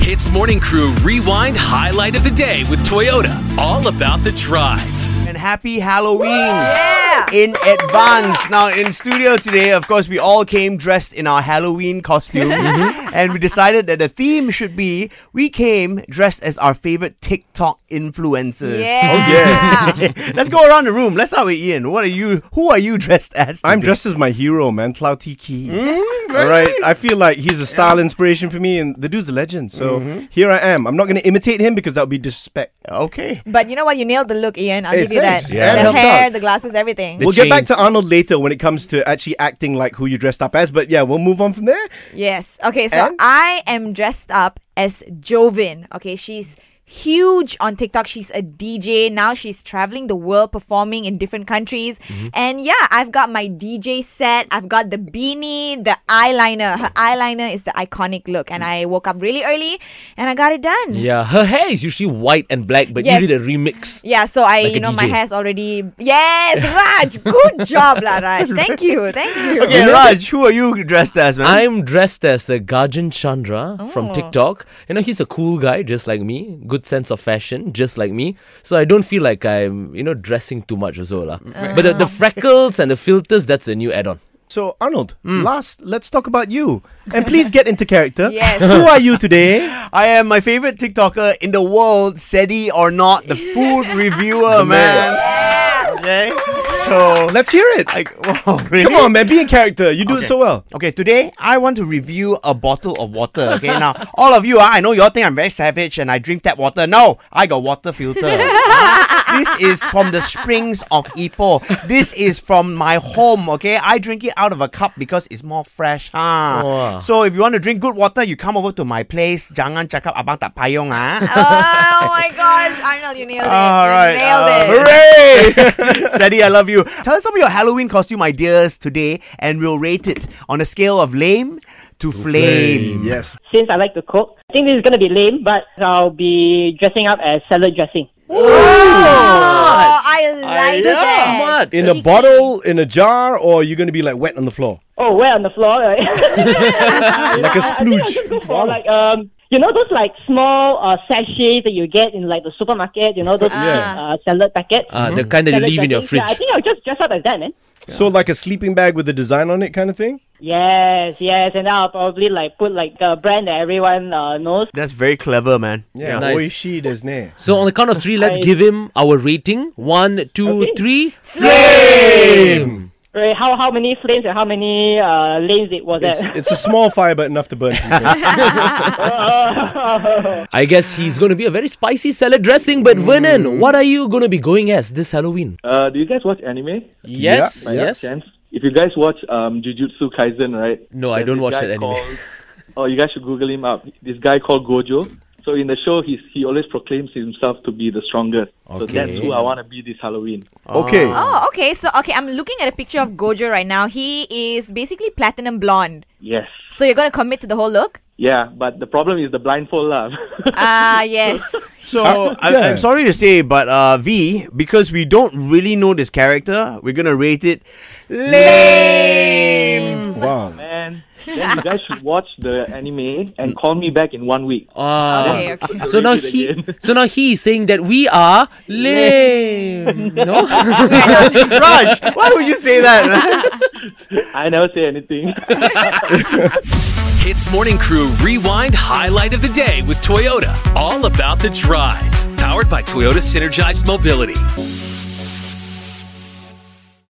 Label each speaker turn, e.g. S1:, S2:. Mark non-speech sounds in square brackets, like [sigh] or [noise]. S1: Hits Morning Crew Rewind Highlight of the Day with Toyota. All about the drive.
S2: And happy Halloween in advance. Now, in studio today, of course, we all came dressed in our Halloween costumes. and we decided that the theme should be we came dressed as our favorite TikTok influencers.
S3: Oh,
S4: yeah.
S2: [laughs] Let's go around the room. Let's start with Ian. What are you? Who are you dressed as? today?
S3: I'm
S2: Mm-hmm.
S3: dressed as my hero, man, Tlau Tiki. All right, I feel like he's a style inspiration for me, and the dude's a legend. So
S2: Mm-hmm.
S3: here I am. I'm not going to imitate him because that would be disrespect.
S2: Okay.
S4: [laughs] But you know what? You nailed the look, Ian. I'll
S3: Hey,
S4: give you
S3: thanks.
S4: that.
S3: Yeah.
S4: The
S3: That helped
S4: hair,
S3: out.
S4: the glasses, everything.
S3: we'll get back to Arnold later when it comes to actually acting like who you dressed up as. But yeah, we'll move on from there.
S4: yes. Okay, so
S3: And?
S4: I am dressed up as Jovin. Okay, she's huge on TikTok. She's a DJ. Now she's traveling the world performing in different countries.
S3: Mm-hmm.
S4: And yeah, I've got my DJ set. I've got the beanie, the eyeliner. Her eyeliner is the iconic look. And I woke up really early and I got it done.
S5: Yeah, her hair is usually white and black, but
S4: Yes.
S5: you did a remix.
S4: Yeah, so I,
S5: Like a
S4: you know, my
S5: DJ.
S4: hair's already.
S5: [laughs]
S4: Yes, Raj, good job, lah, Raj. Thank you, thank you. Oh
S2: Okay, Raj, who are you dressed as, man?
S5: I'm dressed as a Gajan Chandra from TikTok. You know, he's a cool guy, just like me. Good sense of fashion, just like me. So I don't feel like I'm, you know, dressing too much as well. lah. But the, the freckles and the filters, that's a new add-on. Ah,
S3: So Arnold,
S2: Mm.
S3: last, let's talk about you, and please get into character.
S4: Yes.
S3: who are you today?
S2: I am my favorite TikToker in the world, SETI or not, the food reviewer, man. Okay? So,
S3: Let's hear it.
S2: like, [laughs] wow, really?
S3: Come on, man, be in character. You do
S2: Okay.
S3: it so well.
S2: Okay, today I want to review a bottle of water. Okay, now [laughs] all of you, ah, I know you all think I'm very savage and I drink tap water. No, I got water filter. Ah, this is from the springs of Ipoh. This is from my home. Okay, I drink it out of a cup because it's more fresh. Huh?
S5: Wow.
S2: So if you want to drink good water, you come over to my place. Jangan cakap abang tak payung ah.
S4: Oh my gosh, Arnold, you nailed it.
S2: All Oh,
S4: you
S2: right.
S4: nailed it.
S2: uh,
S4: [laughs]
S2: Hooray! [laughs] Sadie, I love you. Tell us some of your Halloween costume ideas today, and we'll rate it on a scale of lame to, flame.
S3: Yes.
S6: since I like to cook. I think this is going to be lame, but I'll be dressing up as salad dressing.
S4: Oh, I like
S2: yeah.
S4: that.
S5: Smart.
S3: In a bottle, in a jar, or you're going to be like wet on the
S6: [laughs]
S3: floor.
S6: Oh, where on the floor? like [laughs] a I, I think I'll
S3: splooge.
S6: just go for like um, you know those like small uh, sachets that you get in like the supermarket. You know those uh, salad packets.
S5: Ah, The kind that you
S6: Salad
S5: leave in your
S6: dressings.
S5: fridge.
S6: Yeah, I think I'll just dress up as that, man.
S3: So like a sleeping bag with a design on it, kind of thing.
S6: Yes, yes, and then I'll probably like put like a brand that everyone uh, knows.
S2: That's very clever, man.
S3: Yeah,
S5: Nice.
S3: oishi desne.
S5: So on the count of three, let's
S6: I-
S5: give him our rating. One, two,
S6: Okay.
S5: three. Flame!
S6: Right? How how many flames and how many uh, lanes it was
S3: It's,
S6: at. [laughs]
S3: it's a small fire, but enough to burn [laughs] people.
S5: I guess
S7: Ah.
S5: he's going to be a very spicy salad dressing. But
S7: Mm.
S5: Vernon, what are you going to be going as this Halloween?
S7: Uh, do you guys watch anime?
S5: Yes,
S7: By any
S5: yes.
S7: chance? If you guys watch um, Jujutsu Kaisen, right?
S5: No, I
S7: there's
S5: don't
S7: this
S5: watch
S7: guy
S5: that anime.
S7: called- oh, you guys should Google him up. This guy called Gojo. So in the show, he's, he always proclaims himself to be the strongest. So that's
S5: Okay.
S7: who I want to be this Halloween.
S3: okay.
S4: Oh, okay. So, okay, I'm looking at a picture of Gojo right now. He is basically platinum blonde.
S7: Yes.
S4: So you're gonna commit to the whole look?
S7: Yeah, but the problem is the blindfold love.
S4: Ah,
S5: [laughs]
S4: yes.
S2: So
S3: Uh,
S2: I,
S3: yeah.
S2: I'm sorry to say, but uh, V, because we don't really know this character, we're gonna rate it lame.
S3: Wow.
S7: [laughs] and then you guys should watch the anime and call me back in one week.
S5: Ah.
S4: Okay, okay.
S5: So now
S7: Read it
S5: he,
S7: again. [laughs]
S5: so now he is saying that we are lame. no,
S2: Raj, why would you say that?
S4: [laughs]
S2: [laughs] man?
S7: I never say anything. [laughs]
S1: Hits Morning Crew Rewind Highlight of the Day with Toyota. All about the drive. Powered by Toyota Synergized Mobility.